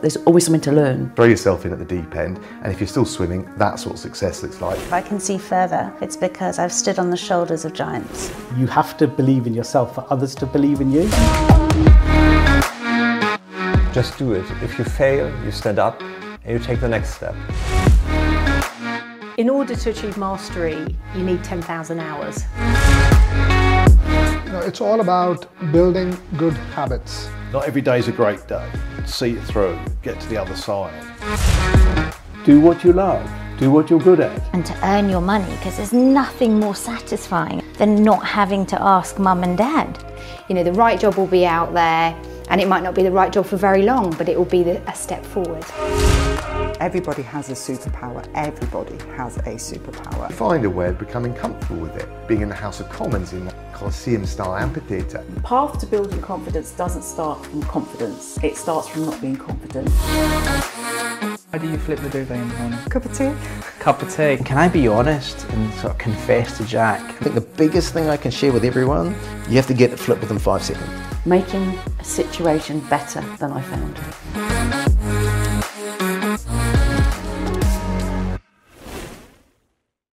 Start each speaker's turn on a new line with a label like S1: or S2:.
S1: There's always something to learn.
S2: Throw yourself in at the deep end, and if you're still swimming, that's what success looks like.
S3: If I can see further, it's because I've stood on the shoulders of giants.
S4: You have to believe in yourself for others to believe in you.
S5: Just do it. If you fail, you stand up and you take the next step.
S6: In order to achieve mastery, you need 10,000 hours.
S7: You know, it's all about building good habits.
S8: Not every day is a great day. See it through, get to the other side.
S9: Do what you love, do what you're good at.
S10: And to earn your money, because there's nothing more satisfying than not having to ask mum and dad.
S6: You know, the right job will be out there, and it might not be the right job for very long, but it will be the, a step forward.
S11: Everybody has a superpower. Everybody has a superpower.
S2: Find a way of becoming comfortable with it. Being in the House of Commons in that Coliseum style amphitheatre.
S12: The path to building confidence doesn't start from confidence, it starts from not being confident.
S13: How do you flip the duvet in the morning?
S14: Cup of tea.
S13: Cup of tea.
S15: Can I be honest and sort of confess to Jack?
S16: I think the biggest thing I can share with everyone, you have to get it flipped within five seconds.
S1: Making a situation better than I found it.